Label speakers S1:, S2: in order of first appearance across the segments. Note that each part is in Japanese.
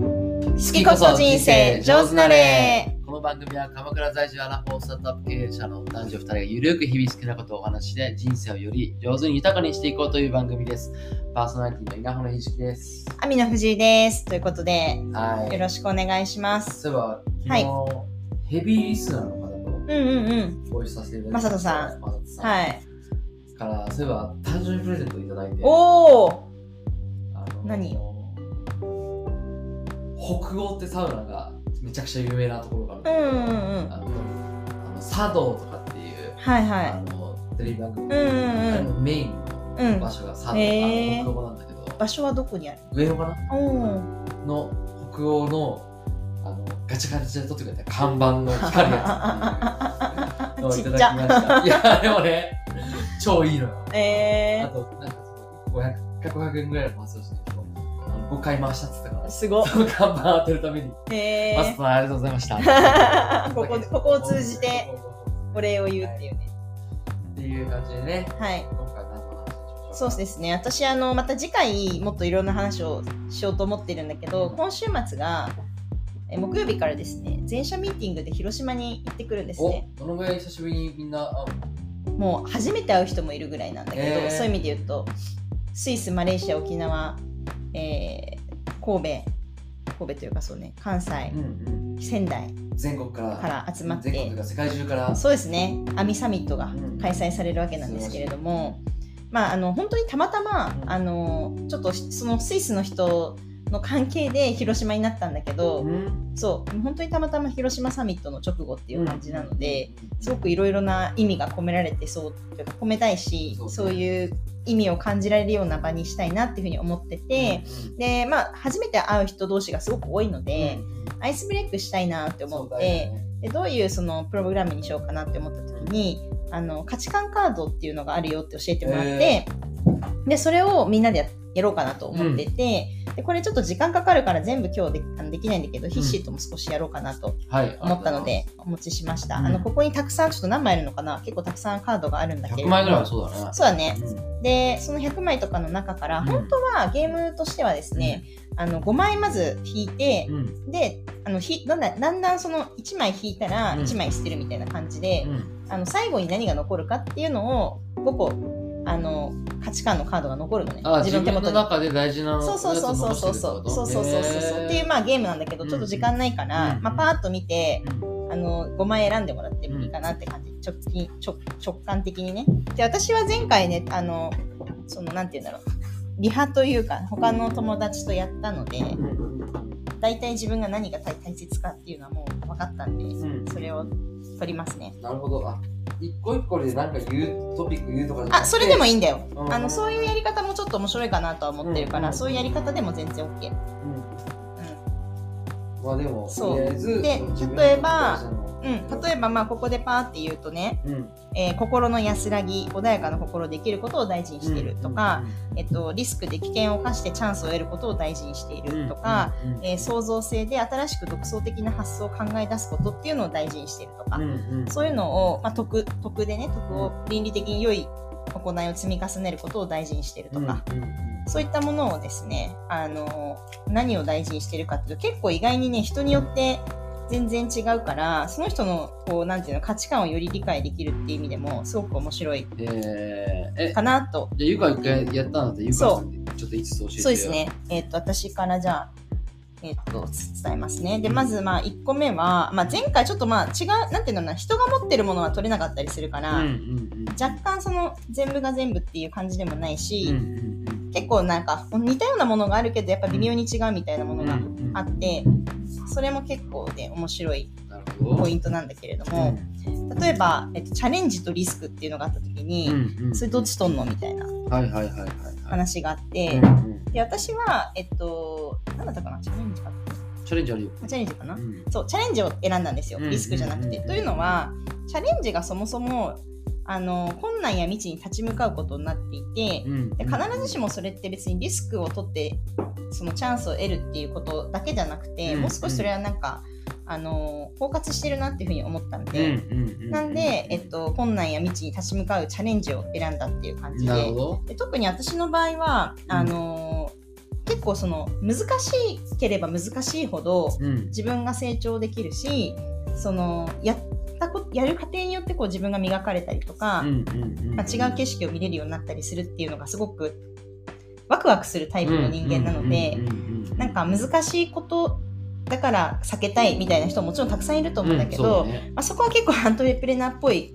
S1: 好きこそ人生上手なれ
S2: この番組は鎌倉在住アラフォースタートアップ経営者の男女2人がゆるく日々好きなことをお話しして人生をより上手に豊かにしていこうという番組です。パーソナリティの稲穂のひじきです。
S1: アミの藤井ですということで
S2: は
S1: よ
S2: い。
S1: ろしくお願いします
S2: そういえば、昨日、ヘビーリスナーの
S1: う
S2: 方
S1: んうんうん
S2: とご一緒させていただき
S1: 正人さ
S2: ん。マサトさん。
S1: はい
S2: から、そういえば、誕生日プレゼントいただいて。
S1: おお
S2: あの
S1: 何
S2: 北欧ってサウナがめちゃくちゃ有名なところがあるん
S1: うんう
S2: だけど
S1: んうん
S2: あのあの茶道とかっていう、
S1: はい
S2: あ
S1: は
S2: のテレビ番組、
S1: いうんうん
S2: あ
S1: う
S2: の
S1: ん
S2: メイン
S1: う
S2: の
S1: ん
S2: 場所が茶道、
S1: へー
S2: あの北欧なんだけど
S1: 場所はどこにある
S2: 上野かな
S1: うん
S2: の北欧のあのガチャガチャで撮ってくれた看板の光るやつっていうのを
S1: ち
S2: いた
S1: っ
S2: だ
S1: ちゃ
S2: きましたいやでもね超いいのよあ
S1: え
S2: となんかその500か500円ぐらいのパスをしてる人あの5回回したっつったから
S1: ー、す ご
S2: その看板当てるために、
S1: え
S2: マス
S1: ー、。
S2: ターありがとうございました
S1: ここここを通じてお礼を言うっていうね
S2: っていう感じでね、
S1: はい
S2: 今回何の話でしょうか。
S1: そうですね私あのまた次回もっといろんな話をしようと思ってるんだけど今週末がえ木曜日からですね全社ミーティングで広島に行ってくるんですね
S2: お、どのぐらい久しぶりにみんな会うの
S1: もう初めて会う人もいるぐらいなんだけど、
S2: へー
S1: そういう意味で言うとスイスマレーシア沖縄、えー神戸神戸というかそうね関西
S2: うんうん。
S1: 仙台
S2: 全国から。
S1: から集まって
S2: 全国が世界中から。
S1: そうですねアミサミットが開催されるわけなんですけれども、まあ、あの本当にたまたま
S2: うん
S1: あのちょっとそのスイスの人の関係で広島になったんだけど、
S2: うん。
S1: そう本当にたまたま広島サミットの直後っていう感じなので。
S2: うん、
S1: すごくいろいろな意味が込められてそうというか込めたいし
S2: そ
S1: そうう,、
S2: ね
S1: いう意味を感じられるような場にしたいなっていうふうに思ってて、
S2: うん
S1: でまあ初めて会う人同士がすごく多いので、
S2: う
S1: アイスブレイクしたいなって
S2: ん
S1: 思
S2: そう
S1: っ
S2: だ
S1: て、
S2: よね
S1: でどういうそのプログラムにしようかなって思った時にあの価値観カードっていうのがあるよって教えてもらって、でそれをみんなでややろうかなと思ってて、でこれちょっと時間かかるから全部今日であのできないんだけど、ヒッシーとも少しやろうかなと
S2: はい。
S1: 思ったのでお持ちしました、
S2: うん
S1: あのここにたくさんちょっと何枚あるのかな結構たくさんカードがあるんだ
S2: あ
S1: け
S2: りが
S1: れ
S2: とう
S1: ど
S2: ございます。100
S1: も
S2: 枚ぐらいはそうだね。
S1: そうだね
S2: うん
S1: でその100枚とかの中から、
S2: うん
S1: 本当はゲームとしてはですね、あの5枚まず引いて、
S2: うん。
S1: であのひだんだんだんだんその1枚引いたら
S2: うん
S1: 1枚捨てるみたいな感じで
S2: う、ん。
S1: あの最後に何が残るかっていうのを5個あの価値観のカードが残るのね
S2: あ、
S1: 自
S2: 自
S1: 分の手
S2: 分の
S1: 元に。
S2: 中で大事な
S1: そうそうそうそうそうそうそうそうそうそうっていう
S2: あ、
S1: まあゲームなんだけどちょっと時間ないから、
S2: うん
S1: まあ、パーッと見て、
S2: うん
S1: あの5枚選んでもらってもいいかなって感じ、直近直直感的にねで私は前回ねあのそのなんて言うんだろうリハというか他の友達とやったので大体自分が何が大大切かっていうのはもう分かったんで、
S2: ん
S1: それを取りますね
S2: なるほど。あ、一個一個でなんか言うトピック言うとかじゃなくて
S1: あそれでもいいんだよ、
S2: うん
S1: あのそういうやり方もちょっと面白いかなとは思ってるから、
S2: うん
S1: そういうやり方でも全然 OK、
S2: うんまあでも、
S1: そう
S2: とりあえず
S1: で
S2: 自分の
S1: 例えばう
S2: 自
S1: ん、
S2: 分の
S1: 例えばまあここでパーって言うとね、
S2: うん
S1: えー心の安らぎ穏やかな心で生きることを大事にしてるとか、、えっと、リスクで危険を冒してチャンスを得ることを大事にしているとか、、えー創造性で新しく独創的な発想を考え出すことっていうのを大事にしているとか、そういうのを、まあ、得得でね得を倫理的に良い行いを積み重ねることを大事にしているとか、そういったものをですねあの何を大事にしているかっていうと結構意外にね人によって全然違うからその人のこうなんていうの価値観をより理解できるっていう意味でもすごく面白い
S2: ええー、え、じゃ
S1: かなと
S2: あゆか一回やったんだって、ゆかさんにちょっといつ教えてよ
S1: そうです。ね。えっ、と、私からじゃあ、えっ、と、伝えますね。で、まず、まあ、1個目は、まあ、前回ちょっとまあ、違う、なんていうのかな、人が持ってるものは取れなかったりするか
S2: う
S1: ら、
S2: んうん
S1: 若干その、全部が全部っていう感じでもない
S2: うん。
S1: し、結構なんか、似たようなものがあるけど、やっぱ微妙に違うみたいなものがあって、それも結構で、面白い
S2: なるほど。
S1: ポイントなんだけれど
S2: う
S1: も、
S2: ん
S1: 例えば、えっと、チャレンジとリスクっていうのがあった時
S2: う
S1: に、
S2: んうん
S1: それどっち取んのみたいな
S2: はいはいはいはいは
S1: 話があっ
S2: い。
S1: て
S2: うん、うん
S1: で私はえっと何だったかなチャレンジか
S2: チャレンジあるよ。
S1: チャレンジかな、
S2: うん
S1: そうチャレンジを選んだんですよ
S2: うん
S1: リスクじゃなくて、
S2: うん
S1: というのはチャレンジがそもそもあの困難や未知に立ち向かうことになっていて
S2: うん
S1: で必ずしもそれって別にリスクを取ってそのチャンスを得るっていうことだけじゃなくて、
S2: うん
S1: もう少しそれはなんかあの包括してるなっていうふうに思ったん
S2: うんう
S1: で、
S2: んうんうん
S1: なんで、えっと、困難や未知に立ち向かうチャレンジを選んだっていう感じで
S2: なるほど。
S1: で特に私の場合は
S2: うん
S1: あのー結構その難しければ難しいほど
S2: うん
S1: 自分が成長できるしそのやったこやる過程によってこう自分が磨かれたりとか、まあ、違う景
S2: 色
S1: 色を見れるようになったりするっていうのがすごくワクワクするタイプの人間なので、なんか難しいことだから避けたいみたいな人ももちろんたくさんいると思うんだけど、まあ、そこは結構ハンドエプレナーっぽい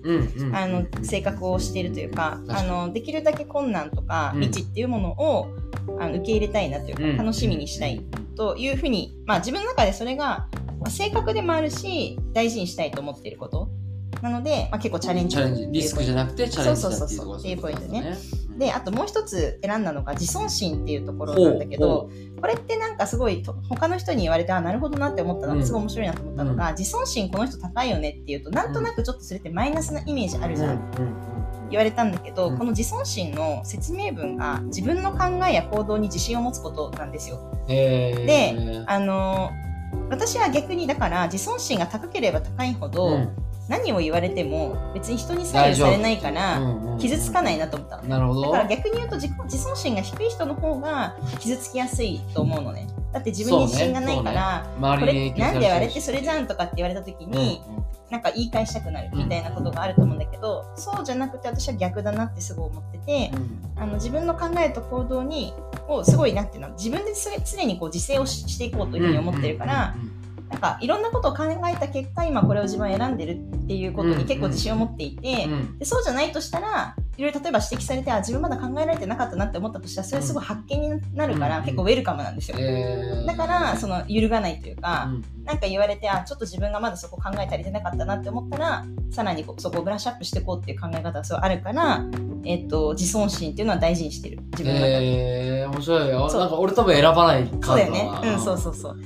S1: あの性格をしているというかあのできるだけ困難とか
S2: うん
S1: 未知っていうものをあの受け入れたいなというか、楽しみにしたいというふうに、まあ、自分の中でそれが、まあ、性格でもあるし大事にしたいと思っていることなので、まあ、結構チャレンジ
S2: チャレンジリスクじゃなくてチャレンジだっていうとこ
S1: そうそ
S2: ろ
S1: うそうそう
S2: うん
S1: であともう一つ選んだのが自尊心っていうところなんだけど
S2: ほ
S1: これってなんかすごいと他の人に言われてあなるほどなって思ったの
S2: う
S1: が
S2: ん
S1: すごい面白いなと思ったのが、自尊心この人高いよねっていうとなんとなくちょっとそれってマイナスなイメージあるじゃん、
S2: うんうんうん
S1: 言われたんだけど、
S2: うん
S1: この自尊心の説明文が自分の考えや行動に自信を持つことなんですよ。
S2: へー
S1: であの私は逆にだから自尊心が高ければ高いほど、
S2: うん
S1: 何を言われても別に人に左右されないから傷つかないなと思ったのね
S2: なるほ
S1: だ
S2: ど
S1: から逆に言うと自己自尊心が低い人の方が傷つきやすいと思うのね。だって自分に自信がないから、こ
S2: 周り
S1: れ
S2: に
S1: なんで
S2: 影響されてるし
S1: 言われてそれじゃんとかって言われた時
S2: うん
S1: に、なんか言い返したくなるみたいなことがあると思うんだけど、そうじゃなくて私は逆だなってすごい思ってて、あの自分の考えと行動にをすごいなんていうの自分です常にこう自制をししていこうというふうに思ってるから、なんかいろんなことを考えた結果今これを自分は選んでるっていうことに結構自信を持っていて、
S2: うんうんうん
S1: でそうじゃないとしたらいろいろ例えば指摘されてあ自分まだ考えられてなかったなって思ったとしたらそれすごい発見になるから、
S2: うん
S1: 結構ウェルカムなんですよ。
S2: えー
S1: だからその揺るがないというか、
S2: うん
S1: なんか言われてあちょっと自分がまだそこ考え足りてなかったなって思ったらさらにこうそこをブラッシュアップしていこうっていう考え方がすごいあるから、えっと自尊心っていうのは大事にしてる自分の中で、
S2: えー、面白いよ
S1: そう
S2: なんか俺多分選ばない感
S1: そうだよね
S2: な
S1: うんそうそうそう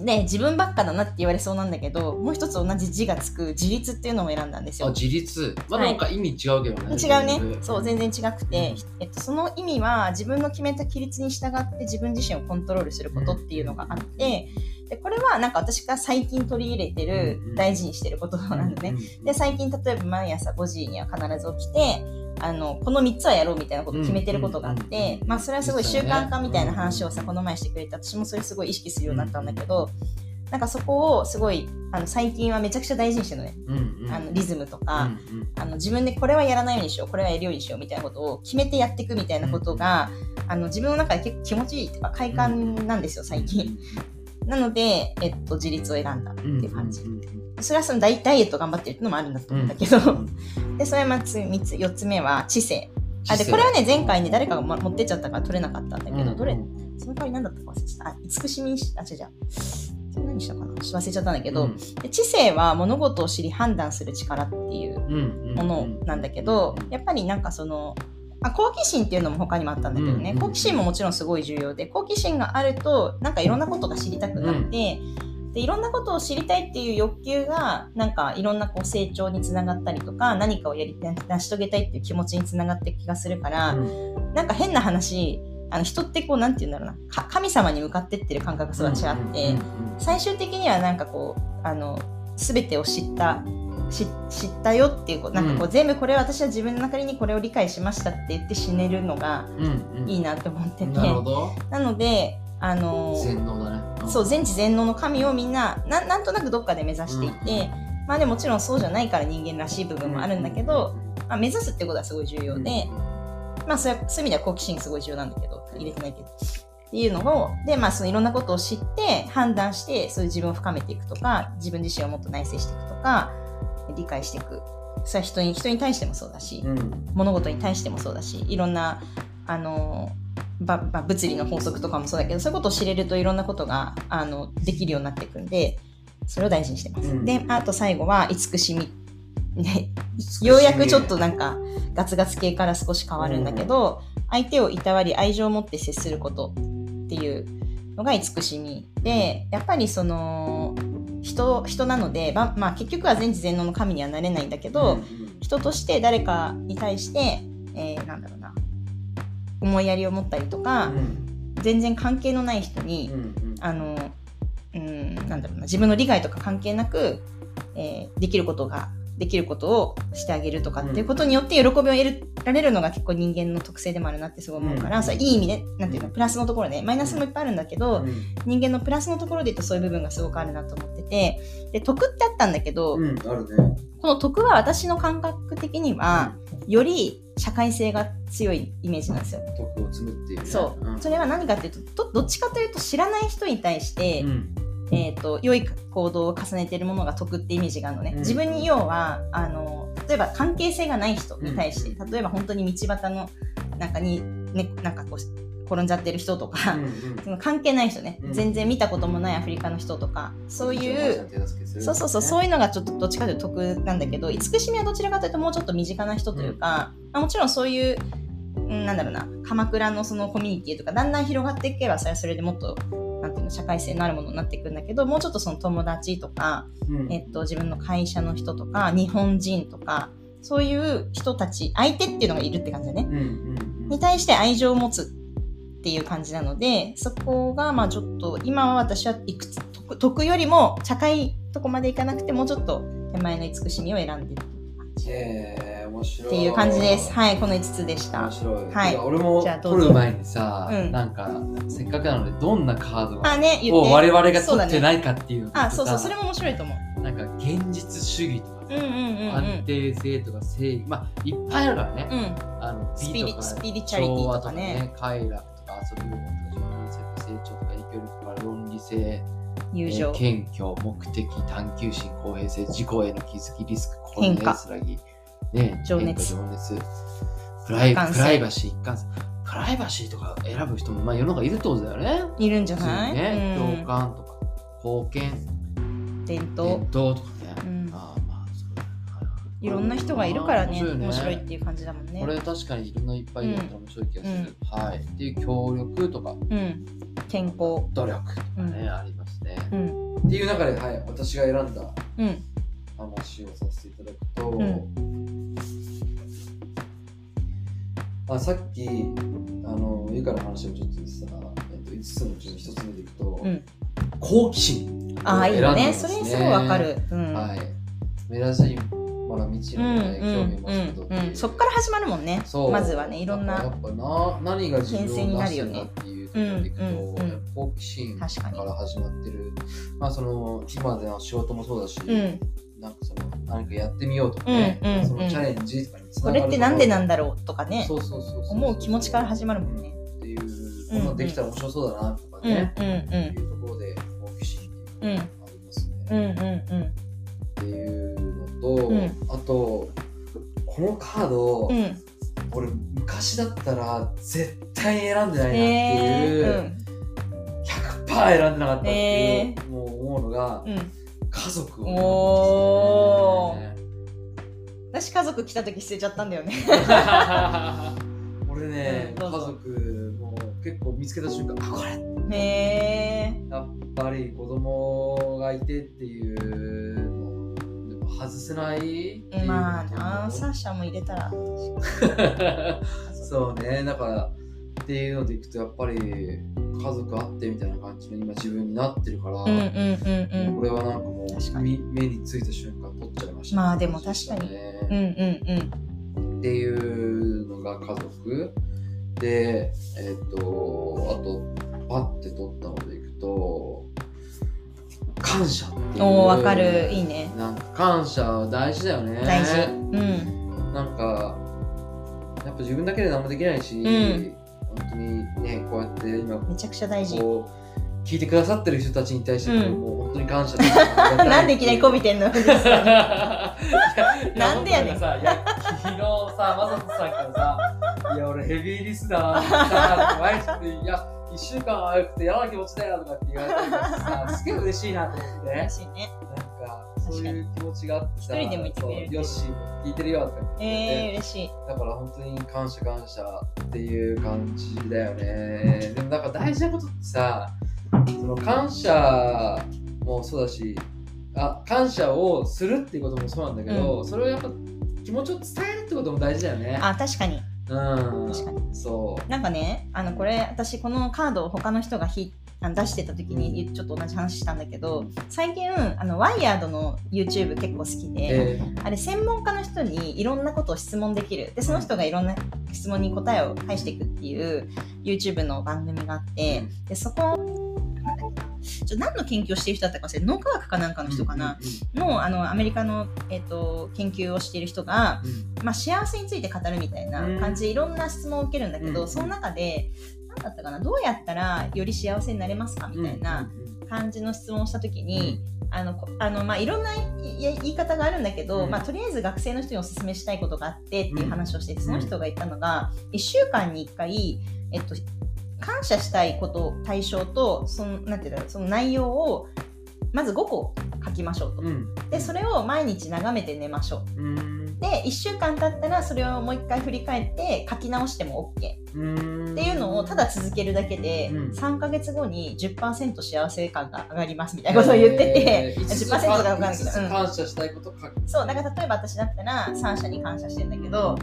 S1: で自分ばっかだなって言われそうなんだけどもう一つ同じ字がつく自立っていうのを選んだんです
S2: あ
S1: よ
S2: 自立まあ
S1: はい
S2: なんか意味違うけどね、
S1: 違うねそう全然違くて、えっと、その意味は自分の決めた規律に従って自分自身をコントロールすることっていうのがあってでこれはなんか私が最近取り入れてる
S2: うんうん
S1: 大事にしてることなのね。で最近例えば毎朝5時には必ず起きてあのこの3つはやろうみたいなことを決めてることがあっ
S2: うんうんうん
S1: て
S2: う、ん
S1: まあ、それはすごい習慣化みたいな話を
S2: う
S1: さ
S2: ん
S1: この前してくれて私もそれすごい意識するようになったんだけどなんかそこをすごいあの最近はめちゃくちゃ大事にしてるのねあのリズムとか。あの自分でこれはやらないようにしようこれはやるようにしようみたいなことを決めてやっていくみたいなことが、あの自分の中で結構気持ちいいというか快感なんですよ最近、なので、えっと、自立を選んだっていう感じ、それはそのダイダイエット頑張ってるっていうのもあるんだと思うんだけど、でそれはまず三つ4つ目は知性あでこれはね前回ね誰かがも持ってっちゃったから取れなかったんだけど、どれその代わり何だったか忘れちゃったあ慈しみにしあ違う違うそれ何したかなちょっと忘れちゃったんだけど、で知性は物事を知り判断する力っていうものなんだけど、やっぱりなんかそのあ好奇心っていうのも他にもあったんだけどね、
S2: うんうん
S1: 好奇心ももちろんすごい重要で好奇心があるとなんかいろんなことが知りたくなって、でいろんなことを知りたいっていう欲求がなんかいろんなこう成長につながったりとか何かをやり成し遂げたいっていう気持ちにつながっていく気がするから、なんか変な話あの人ってこうなんて言うんだろうなか神様に向かってってる感覚がすごい私はあって。最終的にはなんかこうあの全てを知ったし知ったよっていうこうなんかこう、
S2: うん
S1: 全部これは私は自分の中にこれを理解しましたって言って死ねるのがいい
S2: い
S1: なって思ってて
S2: なるほ
S1: な
S2: ど
S1: のであの
S2: 全能だね
S1: そう
S2: う
S1: 全知全能の神をみんなななんとなくどっかで目指していて、まあでもちろんそうじゃないから人間らしい部分もあるんだけど、まあ、目指すってことはすごい重要で、まあそういうそういう意味では好奇心すごい重要なんだけど入れてないけど。っていうのをで、まあ、そのいろんなことを知って判断してそういう自分を深めていくとか自分自身をもっと内省していくとか理解していくそれは人に人に対してもそうだし、物事に対してもそうだしいろんなあのばば物理の法則とかもそうだけどそういうことを知れるといろんなことがあのできるようになっていくんでそれを大事にしてます。
S2: うん
S1: であと最後は慈しみ。ね、ようやくちょっとなんかガツガツ系から少し変わるんだけど、相手をいたわり愛情を持って接することっていうのが慈しみでやっぱりその人人なので、ばまあ、結局は全知全能の神にはなれないんだけど、人として誰かに対して、えーなんだろうな思いやりを持ったりとか、全然関係のない人に、あのうんなんだろうな自分の利害とか関係なく、えーできることができることをしてあげるとかっていうことによって喜びを得られるのが結構人間の特性でもあるなってすごい思うから、
S2: うん
S1: それいい意味で、なんていうの、プラスのところね、マイナスもいっぱいあるんだけど、人間のプラスのところで言うとそういう部分がすごくあるなと思ってて、で、得ってあったんだけど、
S2: うん、うん、あるね。
S1: この得は私の感覚的には、より社会性が強いイメージなんですよ。
S2: 徳を積むっていうね。
S1: そう、
S2: ん
S1: それは何かっていうとどどっちかというと知らない人に対して、
S2: うん
S1: えー、と良い行動を重ねてるものが得ってイメージがあるのね、
S2: うん
S1: 自分に要はあの例えば関係性がない人に対して、
S2: うん
S1: 例えば本当に道端の中に、ね、なんかこう転んじゃってる人とか、
S2: うんうん
S1: その関係ない人ね、
S2: うん
S1: 全然見たこともないアフリカの人とかそうい
S2: おばあち
S1: う
S2: ゃん手助けする
S1: そうそうそう、そういうのがちょっとどっちかというと得なんだけど、慈しみはどちらかというともうちょっと身近な人というか、まあ、もちろんそういう、うんなんだろうな、鎌倉のそのコミュニティとか、だんだん広がっていけば、それはそれでもっと、なんていうの、社会性のあるものになっていくんだけど、もうちょっとその友達とか、
S2: うん
S1: えっと、自分の会社の人とか、日本人とか、そういう人たち、相手っていうのがいるって感じだね。
S2: うんうん
S1: に対して愛情を持つっていう感じなのでそこがまあちょっと今は私はいくつ得得よりも高いとこまでいかなくてもうちょっと手前の慈しみを選んでる
S2: うん。へえ、面白い。
S1: っていう感じです。はいこの5つでした
S2: 面白い。
S1: はい
S2: いや俺も
S1: じゃあどう
S2: 取
S1: ぞ
S2: る前にさ、
S1: うん
S2: なんかせっかくなのでどんなカード
S1: あ
S2: が
S1: ね言っ
S2: を
S1: て
S2: 我々が
S1: そう
S2: 取
S1: だ
S2: って
S1: ね
S2: ないかっていうのと
S1: あそうそうそれ
S2: も
S1: も面白いと思う
S2: なんか現実主義とか
S1: うんうんうんう
S2: 安
S1: ん
S2: 定性とか正義、まあいっぱいあるからね。
S1: うん
S2: あの
S1: スピリ
S2: 美とか
S1: スピリチュアリティとかね
S2: 調和とかね快楽とか遊び心とか人生と成長とか影響力とか論理性
S1: 友
S2: え
S1: 情
S2: ー謙虚、目的、探求心、公平性、自己への気づき、リスク、心の
S1: 変化
S2: 安らぎ、ね、
S1: 情熱
S2: 変化情熱プライ
S1: 一貫性
S2: プライバシー、一貫性。プライバシーとか選ぶ人も、まあ、世の中いるってことだよね。
S1: いるんじゃない、
S2: 普通にね、
S1: うん
S2: 共感とか、貢献、
S1: 伝統
S2: 伝統とか
S1: う
S2: ね。
S1: ん
S2: ああまあそうだよね
S1: いろんな人がいるからね
S2: 面白いね
S1: 面白いっていう感じだもんね
S2: これ確かにいろんないっぱいいるから面白い気がする。はい。っていう協力とか、
S1: うん健康
S2: 努力とかね、
S1: うん
S2: ありますね。
S1: うん
S2: っていう中で、はい、私が選んだ
S1: うん
S2: 話をさせていただくと、
S1: ん
S2: あさっきあのゆかの話をちょっとさ、えっと、5つのうちの1つ目でいくと、
S1: うん
S2: 好奇心
S1: ああいいよね
S2: 選んだんで
S1: そ
S2: すね
S1: れすごいわかるうん、
S2: はい目立ちまだ未知
S1: うん
S2: の
S1: う
S2: ね興味を持つこと
S1: んうんうん、そっから始まるもんね
S2: そう
S1: まずはねいろん
S2: や
S1: な
S2: っぱな何が自
S1: 転生
S2: 分
S1: に
S2: を
S1: な
S2: 出
S1: る
S2: す
S1: よ
S2: んだ
S1: ね
S2: っていうところでいくと、
S1: うんうんうん
S2: やっぱ好奇心か
S1: 確かに
S2: ら始まってるまあその今までの仕事もそうだし、
S1: うん
S2: なんかその何かやってみようとかね、
S1: うんうんうん
S2: そのチャレンジとかにつ
S1: こ
S2: ながる
S1: れってなんでなん
S2: だ
S1: だろうとかね
S2: そうそうそうそう
S1: 思う気持ちから始まるもんね
S2: っていうこんなんできたら面白そうだなとか
S1: うん
S2: ね、
S1: うん
S2: っていうところで好奇心っていうのがありますね、
S1: うんうん
S2: っていうのと、
S1: うん
S2: あとこのカード、
S1: うんうんうん
S2: 俺昔だったら絶対選んでないなってい
S1: え
S2: う、
S1: ーうん
S2: 100%選んでなかったっていう
S1: え、
S2: もう思うのが、
S1: うん
S2: 家族
S1: お
S2: を
S1: ー
S2: 選んで
S1: 私家族来た時捨てちゃったんだよね
S2: ますね 俺ね、
S1: うんど
S2: 家
S1: うぞ
S2: 族もう結構見つけた瞬間あこれ
S1: へえ
S2: やっぱり子供がいてっていうのでも外せないっていう
S1: まあなあサーシャも入れたら
S2: そうねだからっていうのでいくとやっぱり家族あってみたいな感じの今自分になってるから、
S1: うんうんうん
S2: これはなんかも
S1: 確
S2: う
S1: か
S2: み目についた瞬間取っちゃいましたね、
S1: まあでも確かにうんうんうん
S2: っていうのが家族でえっ、とあとパッて取ったのでいくと感謝っていう
S1: おーわかるいいね
S2: なんか感謝大事だよね
S1: 大事うん
S2: なんかやっぱ自分だけで何もできないし、
S1: ん
S2: 本当にねこうやって今
S1: めちゃくちゃ大事
S2: こう聞いてくださってる人たちに対しても、
S1: うん
S2: もう本当に感謝ですありがた
S1: なんでいきなりこびてんの
S2: いやい
S1: なんでやねん
S2: 僕らがさいや昨日さ、まさとさんからさ、いや、俺ヘビーリスナーだな、毎日、いや、1週間は早くて嫌な気持ちだよとかって言われたりとかしてさ、すげえ嬉しいなと思って、なん
S1: 嬉しいね
S2: か、そういう気持ちがあってさ、
S1: 一人でもいてくれる
S2: そうよし、聞いてるよとか言って
S1: えー、嬉しい
S2: だから本当に感謝感謝っていう感じだよね。でもなんか大事なことってさ、その感謝もそうだし、あ感謝をするっていうこともそうなんだけど、それをやっぱ気持ちを伝えるってことも大事だよね。
S1: あ確かに
S2: うん。
S1: 確かに
S2: そう。
S1: なんかね、あのこれ私このカードを他の人が引あの出してた時にちょっと同じ話したんだけど最近あのワイヤードの YouTube 結構好きで、
S2: えー
S1: あれ専門家の人にいろんなことを質問できるでその人がいろんな質問に答えを返していくっていう YouTube の番組があってでそこちょ何の研究をしている人だったか忘れ脳科学かなんかの人かな、のあのアメリカの、えっと研究をしている人が、
S2: うんうん
S1: まあ、幸せについて語るみたいな感じでいろんな質問を受けるんだけど、
S2: うん
S1: その中で何だったかなどうやったらより幸せになれますかみたいな感じの質問をした時に、あのこあのまあ、いろんないい言い方があるんだけど、
S2: うん
S1: まあ、とりあえず学生の人にお勧めしたいことがあってっていう話をしてて
S2: うん
S1: その人が言ったのが1週間に1回、えっと、感謝したいこと対象とそのなんていうんだろうその内容をまず5個書きましょうと。
S2: うんうん
S1: でそれを毎日眺めて寝ましょう
S2: うん
S1: で1週間経ったらそれをもう1回振り返って書き直しても OK っ
S2: うん
S1: ていうのをただ続けるだけで
S2: うん
S1: 3ヶ月後に10%幸せ感が上がりますみたいなことを言ってて、
S2: えー、
S1: 10%が分かんないけど
S2: 五つ
S1: うん
S2: 感謝したいこと書く。
S1: そうだから例えば私だったら3社に感謝してんだけど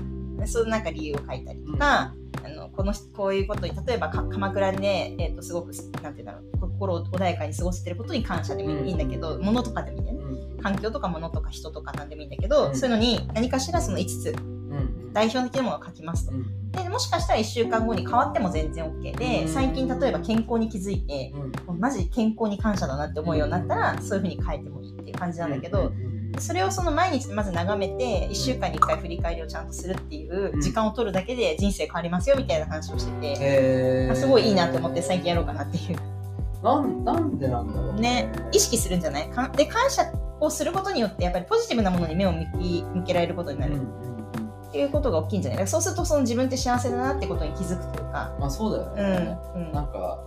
S1: そのなんか理由を書いたりとか、あのこのこういうことに例えばか鎌倉で、えー、とすごくなんていうんだろう心を穏やかに過ごせてることに感謝でもいいんだけど、物とかでもいいんだよね
S2: うん
S1: 環境とか物とか人とか何でもいいんだけど、
S2: うん
S1: そういうのに何かしらその5つ
S2: うん
S1: 代表的なものを書きますと。
S2: うん
S1: でもしかしたら1週間後に変わっても全然 OK
S2: う
S1: で
S2: ん
S1: 最近例えば健康に気づいて
S2: うん
S1: もうマジ健康に感謝だなって思うようになったらそういう風に変えてもいいっていう感じなんだけど
S2: う、んうん
S1: それをその毎日まず眺めて1週間に1回振り返りをちゃんとするっていう時間を取るだけで人生変わりますよみたいな話をしてて、
S2: え
S1: あ
S2: ー、
S1: すごいいいなって思って最近やろうかなっていう。
S2: なんなんでなんだろう
S1: ね意識するんじゃないかんで感謝をすることによってやっぱりポジティブなものに目を向き向けられることにな
S2: うんう
S1: る
S2: んうん
S1: っていうことが大きいんじゃないだからそうするとその自分って幸せだなってことに気づくというか、
S2: まあそうだよ
S1: う
S2: ね、
S1: んう、
S2: なんんか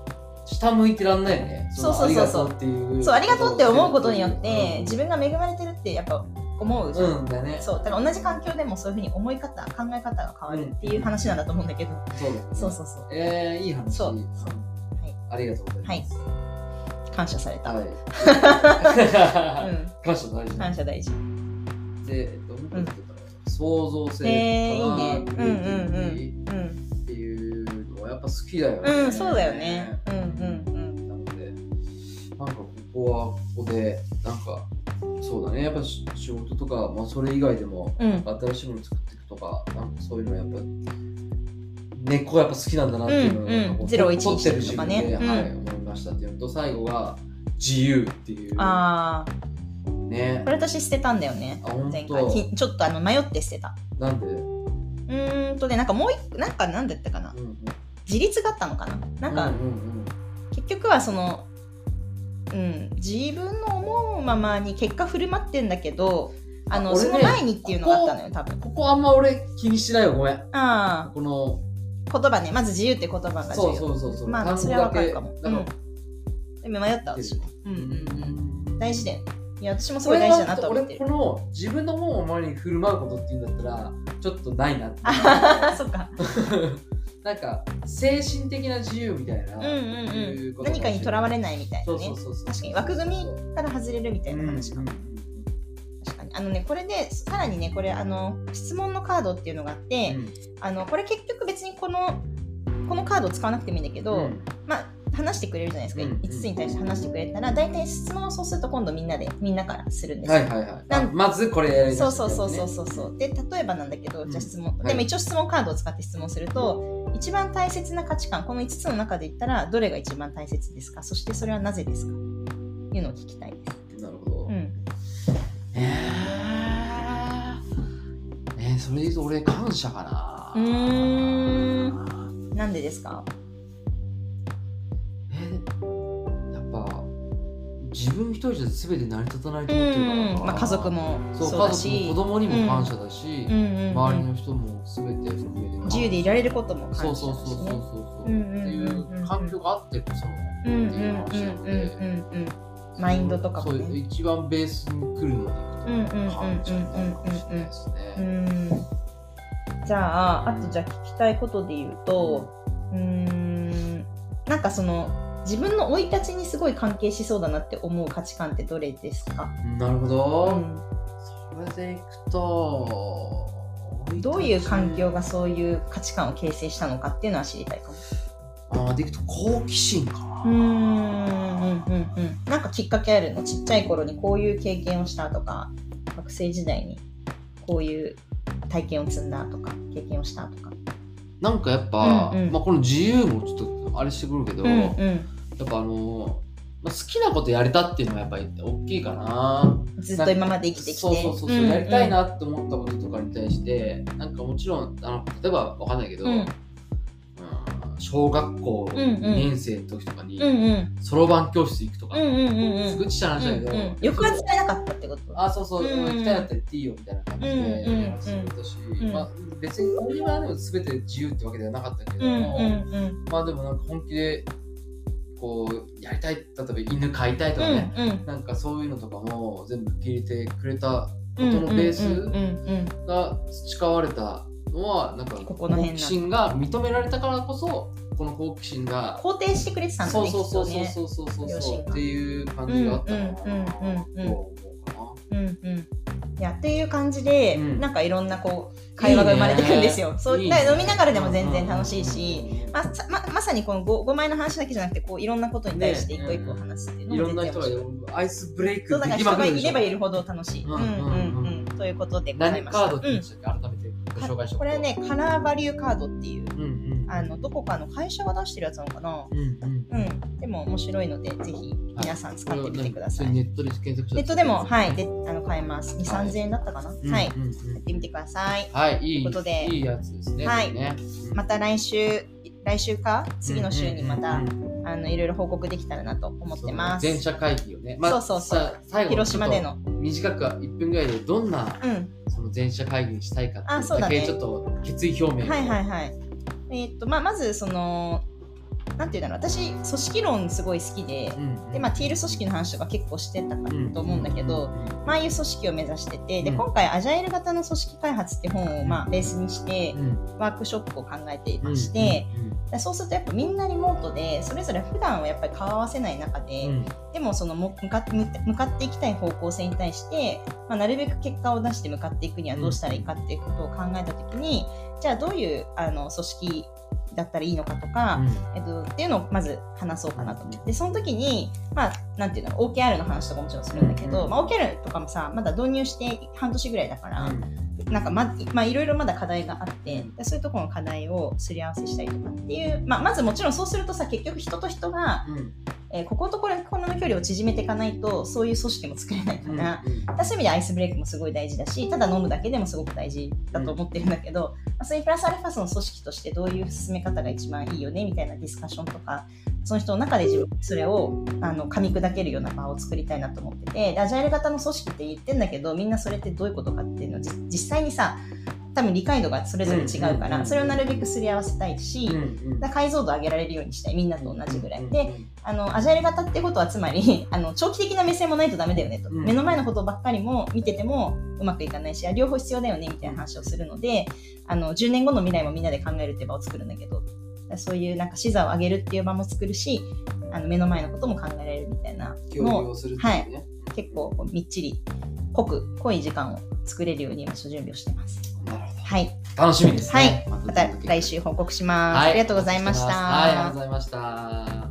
S2: 下向いてらんないよね
S1: そうそうそうそう
S2: のありがとうっていう
S1: そうありがとうって思うことによって自
S2: 自
S1: 分が恵まれてるってやっぱ思うじゃん、
S2: 分うんだね
S1: そうだから同じ環境でもそういうふうに思い方考え方が変わるっていう話なんだと思うんだけど、
S2: そうだよね
S1: そうそうそう
S2: えー、いい話
S1: そう
S2: うん
S1: い
S2: ありがとうございます
S1: 感謝された、
S2: は
S1: う
S2: い
S1: ん、
S2: 感謝大事
S1: 感謝大事
S2: で、えっと、もう一個言ってたら創造性
S1: えーいいね
S2: クリエイティビテ
S1: うん
S2: ィっていうのはやっぱ好きだよね
S1: うんそうだよねうんうん
S2: なので、なんかここはここで、なんかそうだね、やっぱし仕事とか、まあ、それ以外でも、
S1: うんうん
S2: 新しいもの作っていくとか、なんかそういうのやっぱ、根っこがやっぱ好きなんだなっていうのを
S1: うんうん
S2: なんかこう、
S1: ゼロを一に
S2: 取っ
S1: して
S2: て
S1: い
S2: る
S1: くとか
S2: 自
S1: ね
S2: 分で、はい、
S1: う
S2: 思いましたっていうのと、最後が自由っていう、
S1: ああ
S2: ね
S1: こ、れ私捨てたんだよね
S2: あ、本
S1: 前回
S2: 当
S1: きちょっとあの迷って捨てた
S2: なんで、う
S1: うーんとねなんかもう一個なんかなんだったかなん
S2: うん、
S1: 自立があったのかななんか、
S2: うんうん
S1: 結局はその、うん、自分の思うままに結果振る舞ってんだけどあの
S2: あ俺
S1: そ
S2: ね
S1: の前にっていうのがあったのよ多
S2: うん
S1: 分
S2: ここあんま俺気にしないよ、ごめん。
S1: あ
S2: この
S1: あ言葉ねまず自由って言葉が重要
S2: そうそうそうそう
S1: ま
S2: 単
S1: あ
S2: 語
S1: それはわかる
S2: だけ
S1: かも、う
S2: なん
S1: ん
S2: か、
S1: でも迷った私も、うんうんうん、大事だよねいや私もすごい
S2: 俺
S1: 大
S2: は
S1: 事だなと思ってる
S2: 俺この自分の思うままに振る舞うことっていうんだったらちょっとな いなって
S1: あははそっか
S2: なんか精神的な自由みたいな、
S1: うんうん
S2: いう
S1: う
S2: こ
S1: ん
S2: と
S1: 何かにとらわ
S2: れ
S1: れないみたいな
S2: そう
S1: ね
S2: そうそうそう
S1: 確かに枠組みから外れるみたいな話
S2: う
S1: が
S2: ん
S1: 確かにあのねこれでさらにねこれあの質問のカードっていうのがあって、
S2: うんうん
S1: あのこれ結局別にこのこのカードを使わなくてもいいんだけど、
S2: うん
S1: まあ話してくれるじゃないですか、
S2: うん
S1: 5つに対して話してくれたら大体質問をそうすると今度みんなでみんなからするんですよ、
S2: はいはいはい
S1: な
S2: あ
S1: ん
S2: まずこれやり
S1: そ
S2: ま
S1: う
S2: した
S1: そ
S2: ね
S1: うそうそうそうそうで例えばなんだけどじゃあ質問、
S2: うん
S1: でも一応質問カードを使って質問すると、一番大切な価値観この5つの中で言ったらどれが一番大切ですかそしてそれはなぜですかいうのを聞きたいです、
S2: なるほど、
S1: うん、
S2: えーえーそれで言うと俺感謝かな
S1: うーなんでですか
S2: えーやっぱ自分一人じゃ全て成り立たないと
S1: う
S2: 思ってるから
S1: ん
S2: な、
S1: まあ、家族も
S2: そう
S1: そうだ
S2: 家
S1: し
S2: 族も子供にも感謝だし、
S1: うんうんうん
S2: 周りの人も全て含めて
S1: 自由でいられることも感じ
S2: そ
S1: ま
S2: う
S1: す
S2: そうそうそ
S1: ね。う
S2: うそうって
S1: んうんうんうん
S2: いう環境があってこそって
S1: うんうんうん
S2: いう話なの
S1: うんう
S2: で
S1: んうんマインドとかもね
S2: そう一番ベースに来るのでいくと
S1: うんうんうんうんうんうん
S2: 感謝になるかもしれないですね、
S1: うんじゃああとじゃあ聞きたいことで言うとうーんなんかその自分の生い立ちにすごい関係しそうだなって思う価値観ってどれですか、
S2: なるほ
S1: う
S2: ど、
S1: ん、
S2: それでいくと
S1: どういう環境がそういう価値観を形成したのかっていうのは知りたいかも。
S2: あーでいくと好奇心かな
S1: うんうんうんうんなんかきっかけあるのちっちゃい頃にこういう経験をしたとか学生時代にこういう体験を積んだとか経験をしたとか。
S2: なんかやっぱ、
S1: うんうん
S2: まあ、この自由もちょっとあれしてくるけど、
S1: うん
S2: やっぱあの、まあ、好きなことやれたっていうのはやっぱり大きいかな
S1: うん、ずっと今まで生きてきて。
S2: そうそうそうそう、
S1: んん
S2: やりたいなって思ったこととかに対してなんかもちろんあの例えばわかんないけど、
S1: うん
S2: うん小学校
S1: うんうん
S2: 2年生の時とか
S1: うん
S2: にそろばん教室行くとか、
S1: うんうんうんうんうん
S2: すごいちっちゃな話だけど、
S1: うんうん抑圧されなかったってこと
S2: あそうそう、
S1: うんうん
S2: 行きたいだったら行っていいよみたいな感じで
S1: うんうんうん
S2: やらせてくれたし、
S1: ん
S2: まあ、別に俺はでも全て自由ってわけではなかったけれ
S1: う
S2: ど
S1: ん
S2: も、
S1: うんうん
S2: まあでもなんか本気でこうやりたい例えば犬飼いたいと
S1: う
S2: かね、
S1: んうん
S2: なんかそういうのとかも全部受け入れてくれたこ
S1: う
S2: と
S1: ん
S2: の
S1: うん
S2: ベー
S1: う
S2: ス
S1: ん
S2: が培われたのはなんか
S1: ここの辺な
S2: 好奇心が認められたからこそこの好奇心が
S1: 肯定してくれてたんだ
S2: そう
S1: ねきっ
S2: そうそう
S1: と
S2: そ
S1: ね。
S2: うそうそうそう
S1: 両親が
S2: っていう感じがあったのかなと
S1: うんうんうんうん
S2: 思うかな。
S1: うんうんいやっていう感じで、
S2: うん
S1: なんかいろんなこう会話が生まれてくるんですよ。そう
S2: いいね
S1: だから飲みながらでも全然楽しいし、まあさままさにこの 5, 5枚の話だけじゃなくてこういろんなことに対して一個一個話すっていうの
S2: い
S1: も
S2: ろん
S1: 全然面白
S2: な人が
S1: い
S2: いるアイスブレイ
S1: そ
S2: ク
S1: うだか
S2: で
S1: ら
S2: き
S1: 人
S2: まく
S1: が
S2: るで
S1: い
S2: し
S1: れ
S2: ょ
S1: ばいるほど楽しい。
S2: う
S1: うんん
S2: う
S1: うんん
S2: うん
S1: うんということでござい
S2: 何
S1: まし
S2: カ
S1: た。
S2: ードって言うん
S1: う
S2: でしたっけ改めてご紹介し
S1: ん、
S2: よう
S1: これはねカラーバリューカードっていう
S2: うんうん
S1: あのどこかの会社が出してるやつなのかな。
S2: うんうん
S1: うん、でも面白いのでぜひ皆さん使ってみてください。
S2: ネットで検索した
S1: ネットでも、はい、であの買えます。2、3000円だったかな。はい。や
S2: うんうんうん
S1: ってみてください。
S2: はい、いい
S1: ということで
S2: いいやつですね。
S1: はい
S2: これねうん
S1: また来週、来週か次の週にまた、
S2: うんうんうん
S1: あのいろいろ報告できたらなと思ってます。
S2: 全社会議をね、まあ、
S1: そうそうそう
S2: さ最後
S1: 広島で
S2: ち
S1: の。
S2: ょっと短く1分ぐらいでどんな
S1: うん。
S2: その全社会議にしたいかってい
S1: あ
S2: う
S1: そう
S2: だ
S1: だ
S2: け
S1: ね
S2: ちょっと決意表明を
S1: はいはいはい。えーっと、まあ、まず、その、なんていうんだろう、私、組織論すごい好きで、
S2: うん
S1: で、まあ、ティール組織の話とか結構してたかと思うんだけど、
S2: うん
S1: まあ、ああいう組織を目指してて、で、
S2: うん
S1: 今回、アジャイル型の組織開発って本を、まあ、ベースにして
S2: う、んうん
S1: ワークショップを考えてい
S2: うん
S1: まして、でそうするとやっぱみんなリモートでそれぞれ普段はやっぱり顔合わせない中で、
S2: うん
S1: でもそのも向かって向かっていきたい方向性に対して、まあ、なるべく結果を出して向かっていくにはどうしたらいいかっていうことを考えた時に、じゃあどういうあの組織だったらいいのかとか、えっと、っていうのをまず話そうかなと。でその時にまあなんていうの OKR の話とかもちろんするんだけど、
S2: うん
S1: まあ、OKR とかもさまだ導入して半年ぐらいだから、
S2: うん
S1: なんかままあいろいろまだ課題があってでそういうところの課題をすり合わせしたりとかっていう、まあ、まずもちろんそうするとさ結局人と人が、
S2: うん
S1: えーこことこれここの距離を縮めていかないとそういう組織も作れないか
S2: うん
S1: ら。だからそういう意味でアイスブレイクもすごい大事だしただ飲むだけでもすごく大事だと思ってるんだけど、まあ、そういうプラスアルファその組織としてどういう進め方が一番いいよねみたいなディスカッションとかその人の中で自分それをあの噛み砕けるような場を作りたいなと思っててでアジャイル型の組織って言ってんだけどみんなそれってどういうことかっていうのをじ実際にさ多分理解度がそれぞれ違うから、
S2: うん
S1: それをなるべくすり合わせたいし、だか
S2: うんうんうん
S1: ら解像度上げられるようにしたいみんなと同じぐらい、で
S2: うんうん
S1: あのアジャイル型ってことはつまり あの長期的な目線もないとダメだよねと、
S2: うん
S1: 目の前のことばっかりも見ててもうまくいかないしあ両方必要だよねみたいな話をするのであの10年後の未来もみんなで考えるって場を作るんだけどそういうなんか視座を上げるっていう場も作るしあの目の前のことも考えられるみたいな
S2: 共有
S1: のを
S2: をするっていうね、
S1: 結構こうみっちり濃く濃い時間を作れるように今ちょっと準備をしてます。
S2: なるほど
S1: はい、
S2: 楽しみです
S1: はい
S2: ね、
S1: また来週報告します。ありがとうございました。
S2: はい、ありがとうございました。